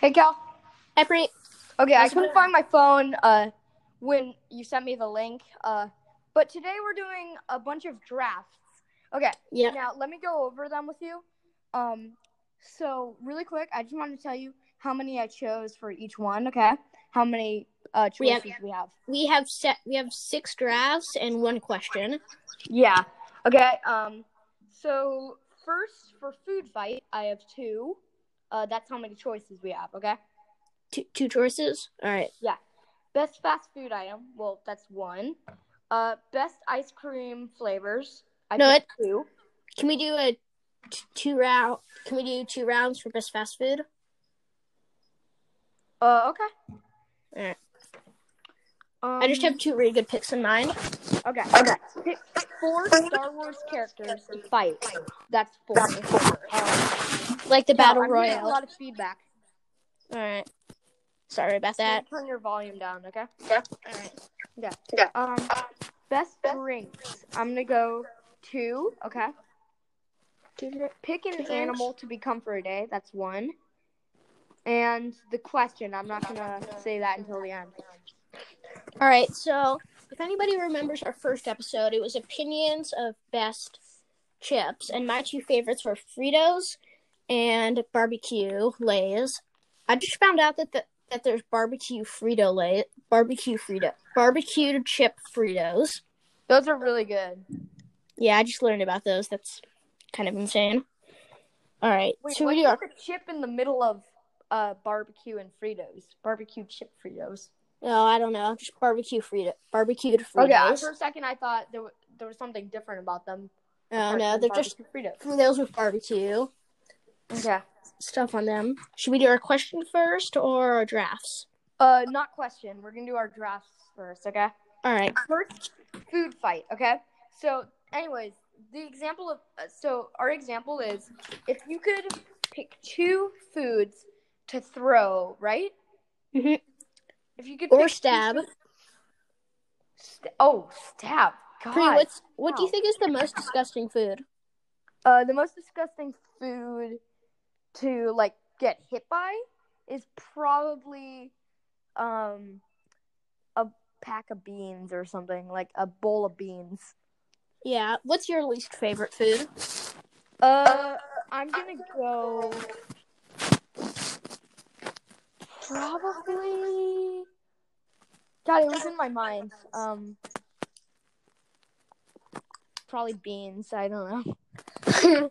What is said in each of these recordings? Hey Cal. Hi, Bree. Okay, I How's it couldn't find going? my phone uh, when you sent me the link. Uh, but today we're doing a bunch of drafts. Okay, Yeah. now let me go over them with you. Um, so really quick, I just want to tell you how many I chose for each one. Okay, how many uh, We have- choices we have? We have set. We have six drafts and one question. Yeah. Okay. Um. So first for food fight, I have two. Uh, that's how many choices we have. Okay. Two, two choices. All right. Best fast food item. Well, that's one. Uh, best ice cream flavors. I No, picked two. Can we do a t- two round? Can we do two rounds for best fast food? Uh, okay. Alright. Um, I just have two really good picks in mind. okay. Okay. Pick four Star Wars characters to fight. That's four. Um, Like the battle I'm getting A royale. lot of feedback. All right. Sorry about Turn- that. Turn your volume down, okay? All right. Um, best drinks. I'm gonna go two. Okay. Pick an drinks. animal to become for a day. That's one. And the question. I'm not gonna say that until the end. All right. So, if anybody remembers our first episode, it was opinions of best chips, and my two favorites were Fritos and barbecue Lay's. I just found out that the, that there's barbecue Frito Lay, barbecue Frito, barbecue chip Fritos. Those are really good. Yeah, I just learned about those. That's kind of insane. All right. Wait, so what's we do our, with the chip in the middle of uh barbecue and Fritos? Barbecue chip Fritos. oh, I don't know, just barbecue Frito, barbecued Okay, I- Fritos. for a second I thought there was, there was something different about them. oh apart no, from they're just barbecue Fritos. Fritos with barbecue. Okay. stuff on them. Should we do our question first or our drafts? Uh, not question. We're gonna do our drafts first. Okay. All right. first food fight okay so anyways the example of uh, so our example is if you could pick two foods to throw right Mhm. if you could Or pick two stab. foods- St- oh stab god Pri, what's what do you Wow. think is the most disgusting food? uh the most disgusting food to like get hit by is probably um a pack of beans or something like a bowl of beans Yeah. What's your least favorite food? Uh, I'm gonna go. Probably. God, it was in my mind. Um, probably beans. I don't know. All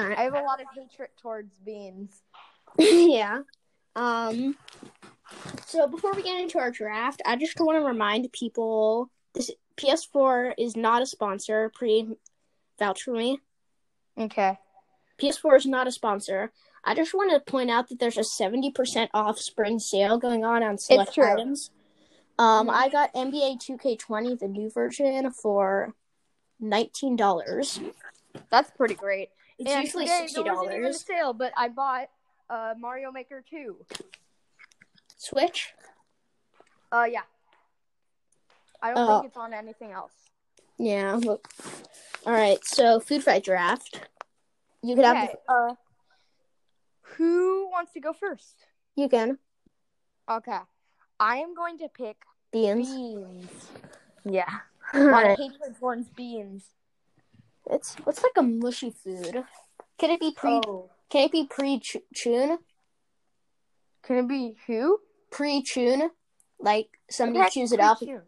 I right. have a lot of hatred towards beans. yeah. Um. So before we get into our draft, I just want to remind people this PS4 is not a sponsor. Pre vouch for me. Okay. PS4 is not a sponsor. I just want to point out that there's a 70% off spring sale going on on select true. items. Um, Mhm. I got NBA 2K20, the new version, for $19. That's pretty great. It's And usually today there wasn't even a $60. sale, but I bought uh Mario Maker 2. Switch? Uh, yeah. I don't Uh, think it's on anything else. Yeah. look. All right, so food fight draft. You could have. Okay. Uh, who wants to go first? The, you can. Okay. I am going to pick Beans. beans. Yeah. All My right. hatred towards beans. It's what's like a mushy food. Can it be pre? Oh. Can it be pre-tune? Can it be who? Pre-tune, like somebody Okay, chews it up pre-tune.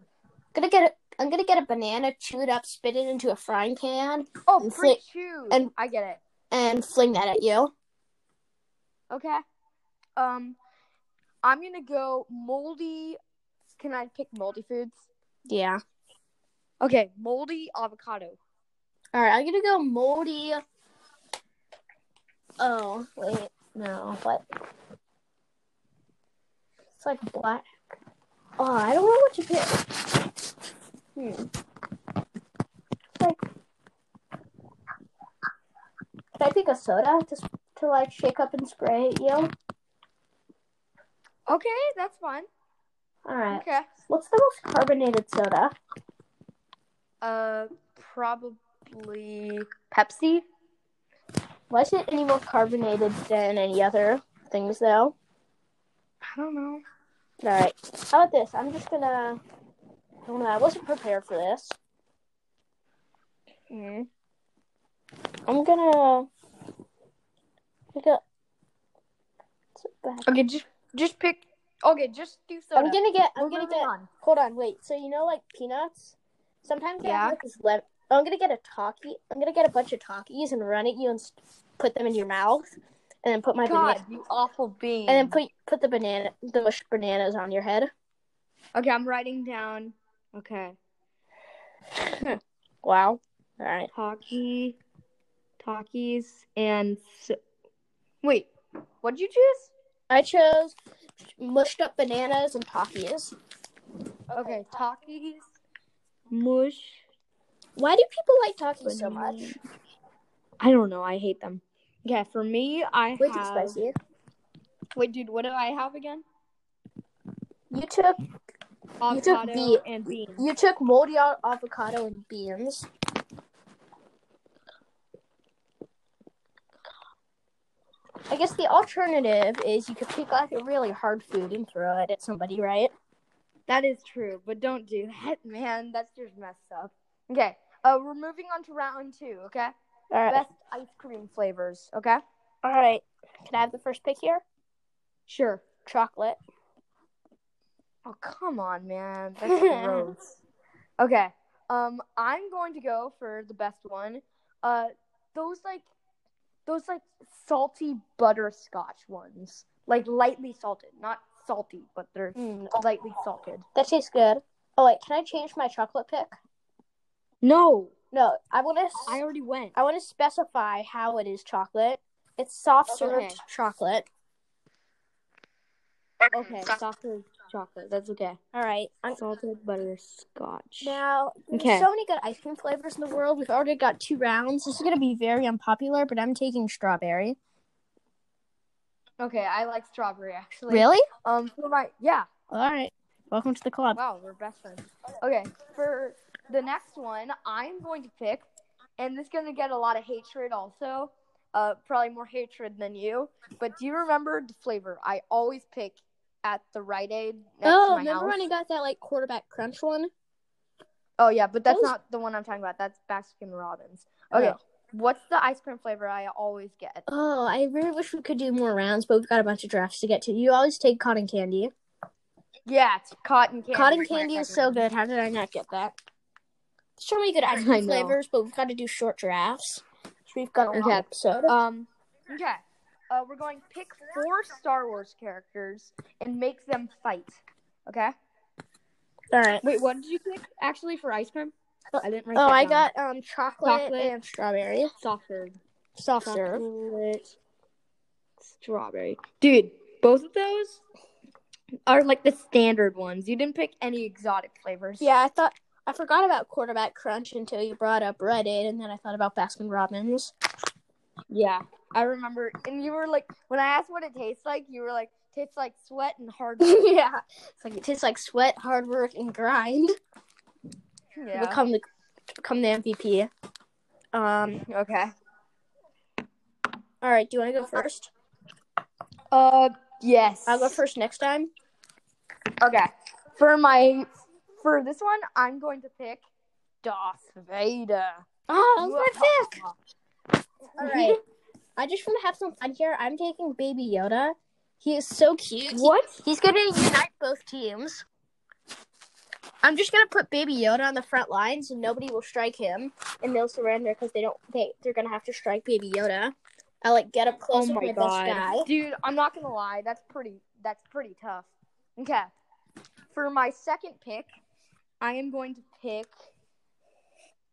gonna get a I'm gonna get a banana, chew it up, spit it into a frying pan, Oh, And free flick- chew. and- I get it. and fling that at you. Okay. Um, I'm gonna go moldy. Can I pick moldy foods? Yeah. Okay, moldy avocado. All right, I'm gonna go moldy. Oh wait, no, what? It's like black. Oh, I don't know what to pick. Hmm. Like, can I pick a soda to s- to like shake up and spray at you? Okay, that's fine. All right. Okay. What's the most carbonated soda? Uh, probably Pepsi. Why is it any more carbonated than any other things, though? I don't know. All right. How about this? I'm just gonna. I don't know. I wasn't prepared for this. Mm. I'm gonna pick up. It's a bad- Okay, just just pick. Okay, just do soda. I'm gonna get. I'm We're gonna moving get. on. Hold on, wait. So you know, like peanuts, sometimes they have, Yeah. like, this le- I'm gonna get a talkie. I'm gonna get a bunch of talkies and run at you and s- put them in your mouth, and then put my God, banana- you awful being. and then put put the banana the mushed bananas on your head. Okay, I'm writing down. Okay, Wow. All right. talkie, talkies, and so- wait, what'd you choose? I chose mushed up bananas and talkies. Okay, talkies, mush. Why do people like talkies so much? I don't know. I hate them. Yeah, for me, I Way too have. spicy. Wait, dude, what do I have again? You took You took Avocado beet. and beans. you took moldy al- avocado and beans. I guess the alternative is you could pick like a really hard food and throw it at somebody, right? That is true, but don't do that, man. That's just messed up. Okay, uh, we're moving on to round two. Okay, All right. best ice cream flavors. Okay, All right. Can I have the first pick here? sure. Chocolate. Oh come on, man. That's gross. Okay. Um, I'm going to go for the best one. Uh, those like, those like salty butterscotch ones, like lightly salted, not salty, but they're Mm, lightly salted. that tastes good. Oh wait, can I change my chocolate pick? No, No, I want to. I already went. I want to specify how it is chocolate. It's soft served Okay. chocolate. Okay, salted chocolate. That's okay. All right. I'm- Salted butterscotch. Now, there's Okay. so many good ice cream flavors in the world. We've already got two rounds. This is going to be very unpopular, but I'm taking strawberry. Okay, I like strawberry actually. Really? Um, for my yeah. All right. Welcome to the club. Wow, we're best friends. Okay, for the next one, I'm going to pick, and this is going to get a lot of hatred also. Uh, probably more hatred than you. But do you remember the flavor I always pick at the Rite Aid next to oh, my remember house? when I got that like quarterback crunch one? Oh yeah, but that's Those- not the one I'm talking about. That's Baskin Robbins. Okay, Oh. what's the ice cream flavor I always get? Oh, I really wish we could do more rounds, but we've got a bunch of drafts to get to. You always take cotton candy. Yeah, it's cotton candy. cotton It's my candy is second so one. good. How did I not get that? So many good ice I cream know. flavors, but we've got to do short drafts. So we've got a long Okay. episode. Um, okay. Uh, we're going pick four Star Wars characters and make them fight. Okay. All right. Wait, what did you pick actually for ice cream? I didn't. Write Oh, that I down. got um chocolate, Chocolate. and strawberry. soft serve. Soft serve. Chocolate, strawberry. Dude, both of those are like the standard ones. You didn't pick any exotic flavors. Yeah, I thought I forgot about quarterback crunch until you brought up Red Aid, and then I thought about Baskin Robbins. Yeah. I remember, and you were like, when I asked what it tastes like, you were like, tastes like sweat and hard. work." yeah, it's like it tastes like sweat, hard work, and grind to yeah. become the to become the MVP. Um. Okay. All right. Do you want to go first? Uh. Yes. I'll go first next time. Okay. For my for this one, I'm going to pick Darth Vader. Oh, that was my pick. All right. I just want to have some fun here. I'm taking Baby Yoda. He is so cute. What? He's gonna unite both teams. I'm just gonna put Baby Yoda on the front lines, and nobody will strike him, and they'll surrender because they don't. They they're gonna have to strike Baby Yoda. I like get up Oh close with my my best guy. god, dude! I'm not gonna lie. That's pretty. That's pretty tough. Okay. For my second pick, I am going to pick.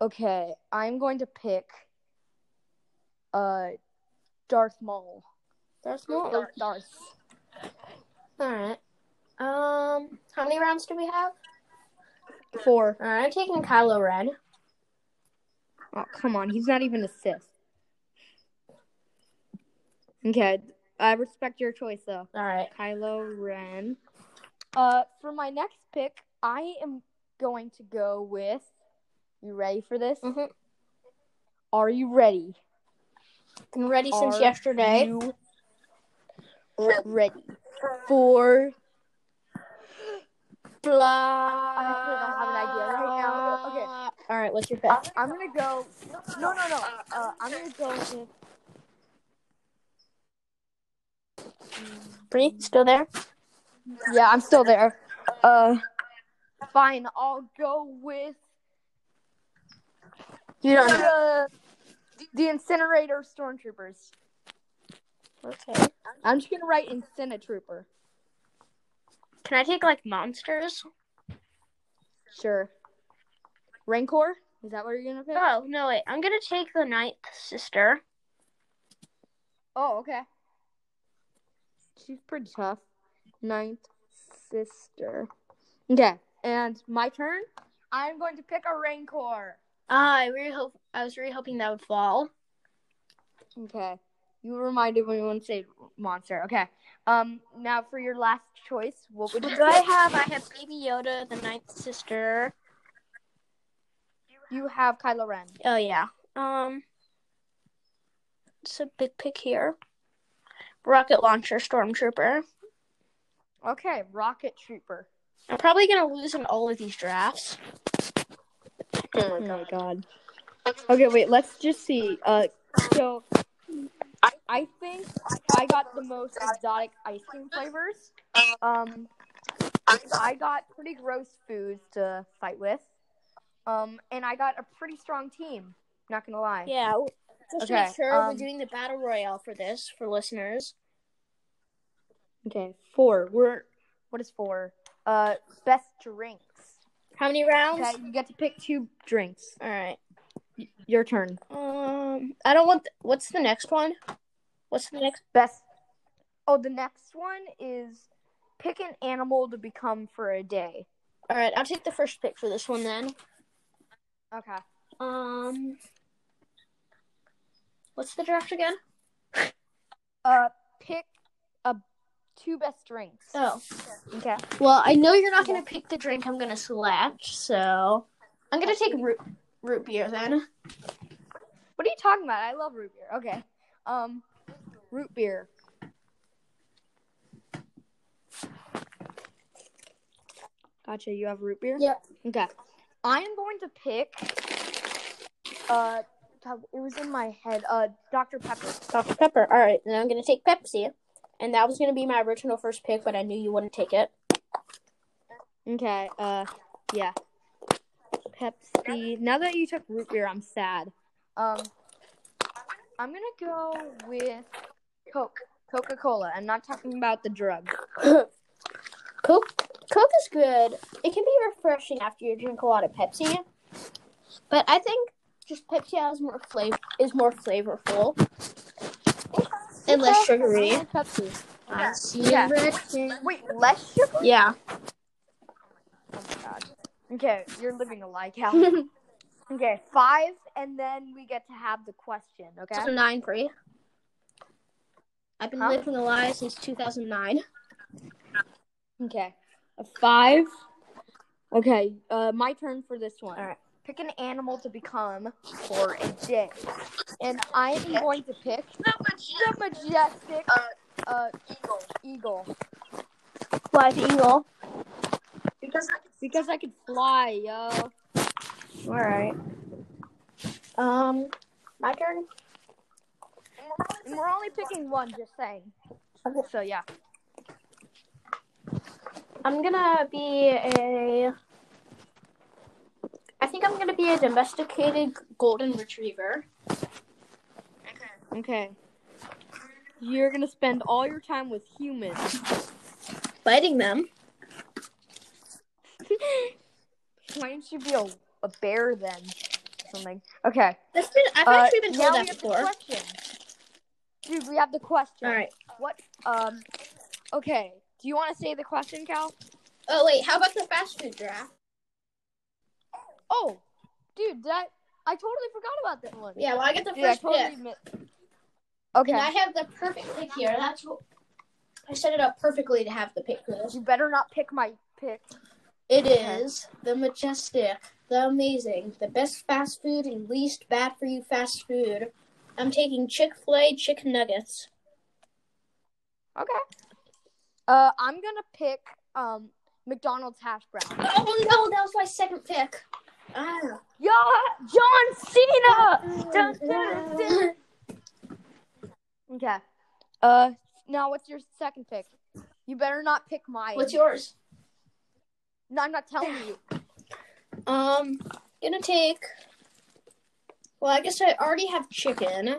Okay, I'm going to pick. Uh, Darth Maul. There's Or more. Darth. All right. Um, how many rounds do we have? Four. All right, I'm taking Kylo Ren. Oh, come on. He's not even a Sith. Okay. I respect your choice, though. All right. Kylo Ren. Uh, for my next pick, I am going to go with. You ready for this? Mhm. Are you ready? Been ready since Are yesterday. You ready? four. Blah. actually don't have an idea right now. Okay. All right. What's your pick? I'm gonna go. No, no, no. Uh, I'm gonna go with Bree, still there? Yeah, I'm still there. Uh, fine. I'll go with You don't know. the, the incinerator stormtroopers. Okay. I'm just gonna write Incinatrooper. Can I take like monsters? Sure. Rancor? Is that what you're gonna pick? Oh no, wait. I'm gonna take the ninth sister. Oh, okay. She's pretty tough. Ninth sister. Okay, and my turn. I'm going to pick a Rancor. Ah, I really hope I was really hoping that would fall. Okay. You reminded me when you said monster. Okay. Um. Now for your last choice, what What would you do I have? I have Baby Yoda, the ninth sister. You have Kylo Ren. Oh yeah. Um, it's a big pick here. Rocket launcher, stormtrooper. Okay, Rocket Trooper. I'm probably gonna lose in all of these drafts. Oh my god. Okay, wait. Let's just see. Uh, so I I think I got the most exotic ice cream flavors. Um, I got pretty gross foods to fight with. Um, and I got a pretty strong team. Not gonna lie. Yeah. Just to Okay, make sure um, we're doing the battle royale for this for listeners. Okay, four. We're what is four? Uh, best drinks. How many rounds? Okay, you get to pick two drinks. All right. Y- Your turn. Um, I don't want. th- What's the next one? What's the next? Best. Oh, the next one is pick an animal to become for a day. All right, I'll take the first pick for this one then. Okay. Um, what's the draft again? Uh, pick a two best drinks. Oh, Okay. well, I know you're not gonna pick the drink I'm gonna select, so I'm gonna take root root beer then. What are you talking about? I love root beer. Okay. Um, root beer. Gotcha. You have root beer. Yep. Okay. I am going to pick. Uh, God, it was in my head. Uh, Dr Pepper. Dr Pepper. All right, then I'm gonna take Pepsi, and that was gonna be my original first pick, but I knew you wouldn't take it. Okay. Uh, yeah. Pepsi. Now that you took root beer, I'm sad. Um, I'm gonna go with Coke, Coca Cola. I'm not talking about the drug. Coke, Coke is good. It can be refreshing after you drink a lot of Pepsi, but I think just Pepsi has more flavor is more flavorful and less Okay, sugary. I'm gonna Pepsi. I see Yeah. red Wait, less sugar? Yeah. Oh my god. Okay, you're living a lie, Cal. okay, five, and then we get to have the question. Okay. Two nine free. I've been Huh? living a lie since 2009. Okay. A five. Okay. Uh, my turn for this one. All right. Pick an animal to become for a day, and I am going to pick the majestic uh, eagle. Eagle, Why the eagle? because I can fly, yo. All right. Um, my turn. And we're only picking one, just saying. Okay. So yeah. I'm gonna be a. I think I'm gonna be a domesticated golden retriever. Okay. You're gonna spend all your time with humans. Biting them. Why don't you be a, a bear then? Something. Okay. That's been. I've Uh, actually been now told that we have the before. question. Dude, we have the question. All right. What? Um. Okay. Do you want to say the question, Cal? Oh wait, how about the fast food draft? Oh, dude, did I? I totally forgot about that one. Yeah, well I get the Dude, I first totally. pick, mi- and I okay. have the perfect pick here. That's what I set it up perfectly to have the pick for this. You better not pick my pick. It Okay. is the majestic, the amazing, the best fast food and least bad for you fast food. I'm taking Chick Fil A chicken nuggets. Okay. Uh, I'm gonna pick um McDonald's hash brown. Oh no, that was my second pick. Ah. Yeah, John Cena. Dun, dun, dun. Okay. Uh, now what's your second pick? You better not pick mine. What's yours? No, I'm not telling you. Um, gonna take. Well, I guess I already have chicken.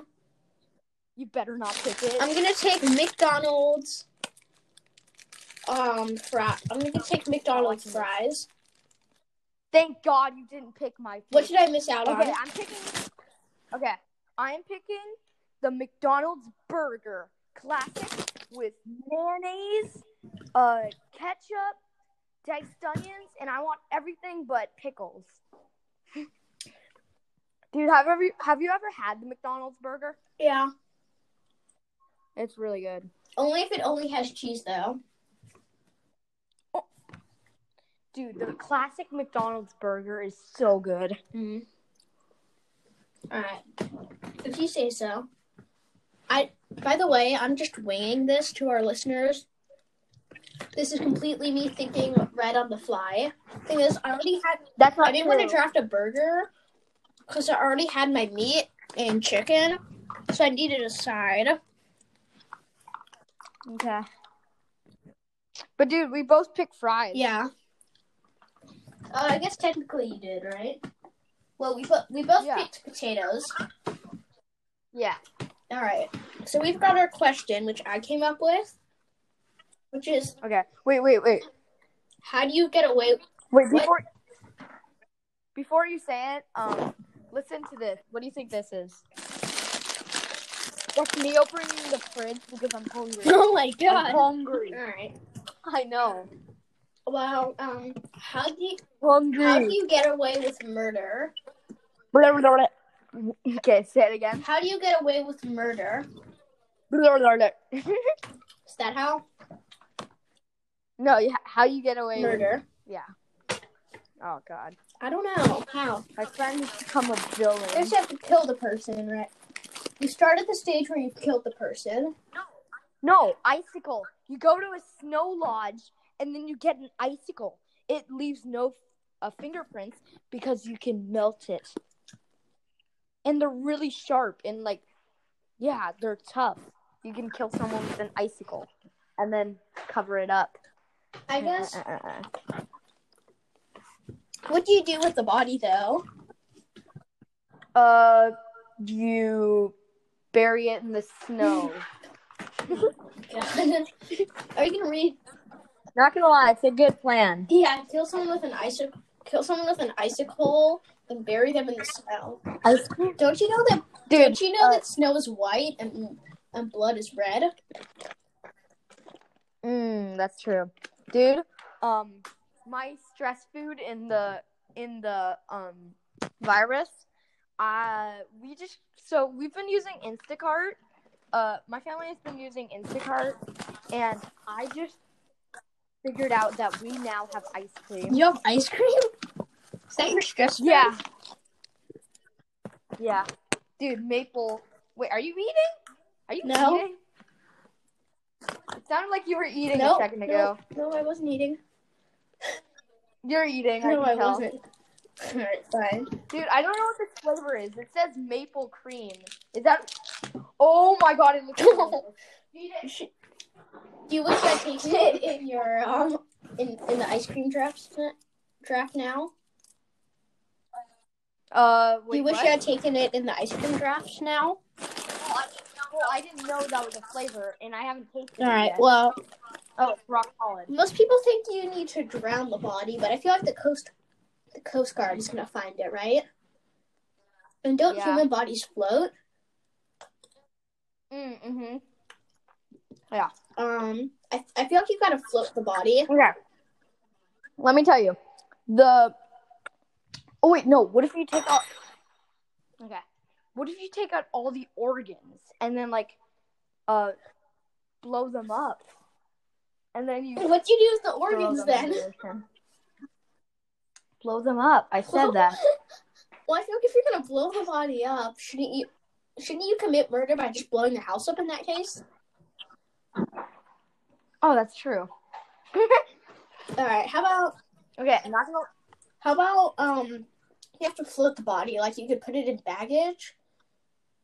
You better not pick it. I'm gonna take McDonald's. Um, fry. I'm gonna take McDonald's fries. Thank God you didn't pick my. Pick. What did I miss out on? Okay, I'm picking. Okay, I'm picking the McDonald's burger classic with mayonnaise, uh, ketchup, diced onions, and I want everything but pickles. Dude, have ever have you ever had the McDonald's burger? Yeah. It's really good. Only if it only has cheese, though. Dude, the classic McDonald's burger is so good. Mm. All right. If you say so. I. By the way, I'm just weighing this to our listeners. This is completely me thinking right on the fly. Thing is, I already had. That's not I didn't want to draft a burger because I already had my meat and chicken, so I needed a side. Okay. But dude, we both picked fries. Yeah. Uh, I guess technically you did, right? Well, we bo- we both Yeah. picked potatoes. Yeah. All right. So we've got our question, which I came up with, which is Okay. Wait, wait, wait. how do you get away? Wait, What? before before you say it, um, listen to this. What do you think this is? That's me opening the fridge because I'm hungry. Oh my I'm god! All hungry. right. I know. Well, um, how do you how do Hungry. you get away with murder? Blah, blah, blah, blah. Okay, say it again. How do you get away with murder? Blah, blah, blah. Is that how no, you, how you get away with murder? Yeah. Oh God, I don't know how. my friend has become a villain. First, you have to kill the person, right? You start at the stage where you killed the person. No, icicle. You go to a snow lodge and then you get an icicle. It leaves no uh, fingerprints because you can melt it. And they're really sharp and like, yeah, they're tough. You can kill someone with an icicle and then cover it up. I guess. Uh, uh, uh, uh. What do you do with the body though? Uh, you bury it in the snow. God. Are you gonna read? Not gonna lie, it's a good plan. Yeah, kill someone with an icicle. Kill someone with an icicle and bury them in the snow. Don't you know that? Dude, Don't you know uh, that snow is white and and blood is red? Mm, that's true, dude. Um, my stress food in the in the um virus. Uh, we just so we've been using Instacart. Uh, my family has been using Instacart, and I just figured out that we now have ice cream. You have ice cream. Is that your stress? food? Yeah. Yeah, dude, maple. Wait, are you eating? Are you No. eating? It sounded like you were eating No, a second no, ago. No, I wasn't eating. You're eating. I no, can I tell. wasn't. All right, fine. Dude, I don't know what this flavor is. It says maple cream. Is that? Oh my god! It looks. delicious. Eat You it. should- Do you wish I tasted it in your um in in the ice cream draft draft now? Uh, Do wait. you wish what? I had taken it in the ice cream draft now? Well, I, well, I didn't know that was a flavor, and I haven't tasted All it right. yet. Well, oh, it's rock solid. most people think you need to drown the body, but I feel like the coast the Coast Guard is gonna find it, right? And don't Yeah. human bodies float? Mm, hmm Um, I I feel like you gotta float the body. Okay. Let me tell you, the. Oh wait, no. What if you take out? Okay. What if you take out all the organs and then like, uh, blow them up, and then you What do you do with the Throw organs them in then? the ocean. Blow them up. I said that. Well, I feel like if you're gonna blow the body up, shouldn't you shouldn't you commit murder by just blowing the house up in that case? Oh, that's true. All right. How about okay? I'm not gonna. How about um? You have to float the body. Like you could put it in baggage.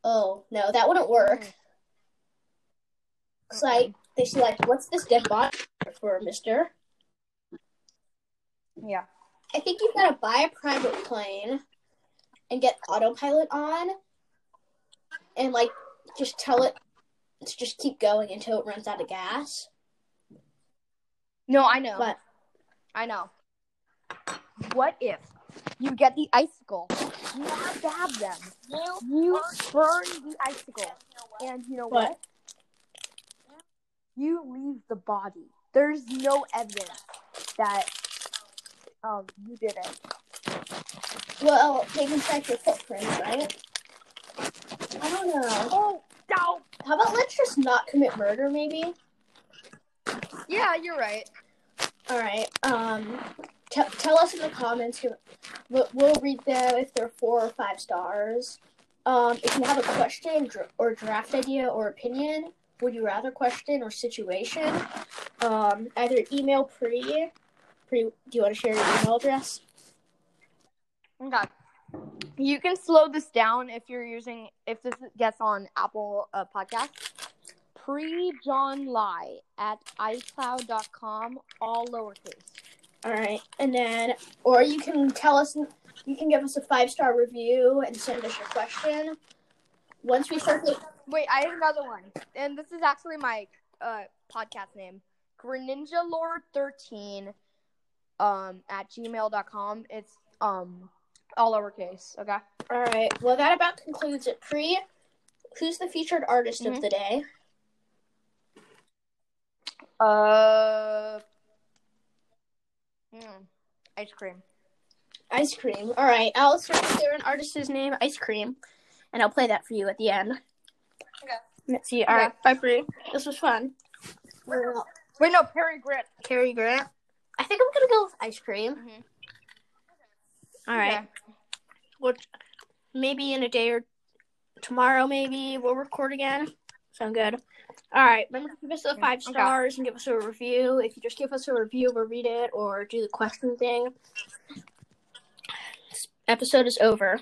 Oh no, that wouldn't work. It's like they say, like, what's this dead body for, Mister? Yeah. I think you've got to buy a private plane and get autopilot on and like just tell it to just keep going until it runs out of gas. No, I know. But I know. What if you get the icicle? You stab them. You burn the icicle, and you know what? What? You leave the body. There's no evidence that um you did it. well, they can check your footprints, right? I don't know. Oh, no. How about let's just not commit murder, maybe? Yeah, you're right. All right. Um, t- tell us in the comments. Who, we'll, we'll read them if they're four or five stars. Um, if you have a question dr- or draft idea or opinion, would you rather question or situation? Um, either email pre. Pre, do you want to share your email address? Okay. You can slow this down if you're using if this gets on Apple uh, Podcast. Pre John Lie at iCloud.com, all lowercase. All right, and then or you can tell us. You can give us a five star review and send us your question. Once we start, to- Wait, I have another one, and this is actually my uh, podcast name, Greninja Lord thirteen, um, at gmail.com. It's um all lowercase. Okay. all right. Well, that about concludes it. Pre, who's the featured artist Mhm. of the day? Uh. Mm, ice cream. Ice Cream. All right, I'll search there an artist's name, Ice Cream, and I'll play that for you at the end. Okay. Let's see. All right, bye, Bree. This was fun. Well, Wait, no, Perry Grit. Cary Grant. I think I'm gonna go with Ice Cream. Mhm. All right. Which maybe in a day or tomorrow, maybe we'll record again. Sound good. All right. Remember to give us the five Okay. stars and give us a review. If you just give us a review, we'll read it or do the question thing. This episode is over.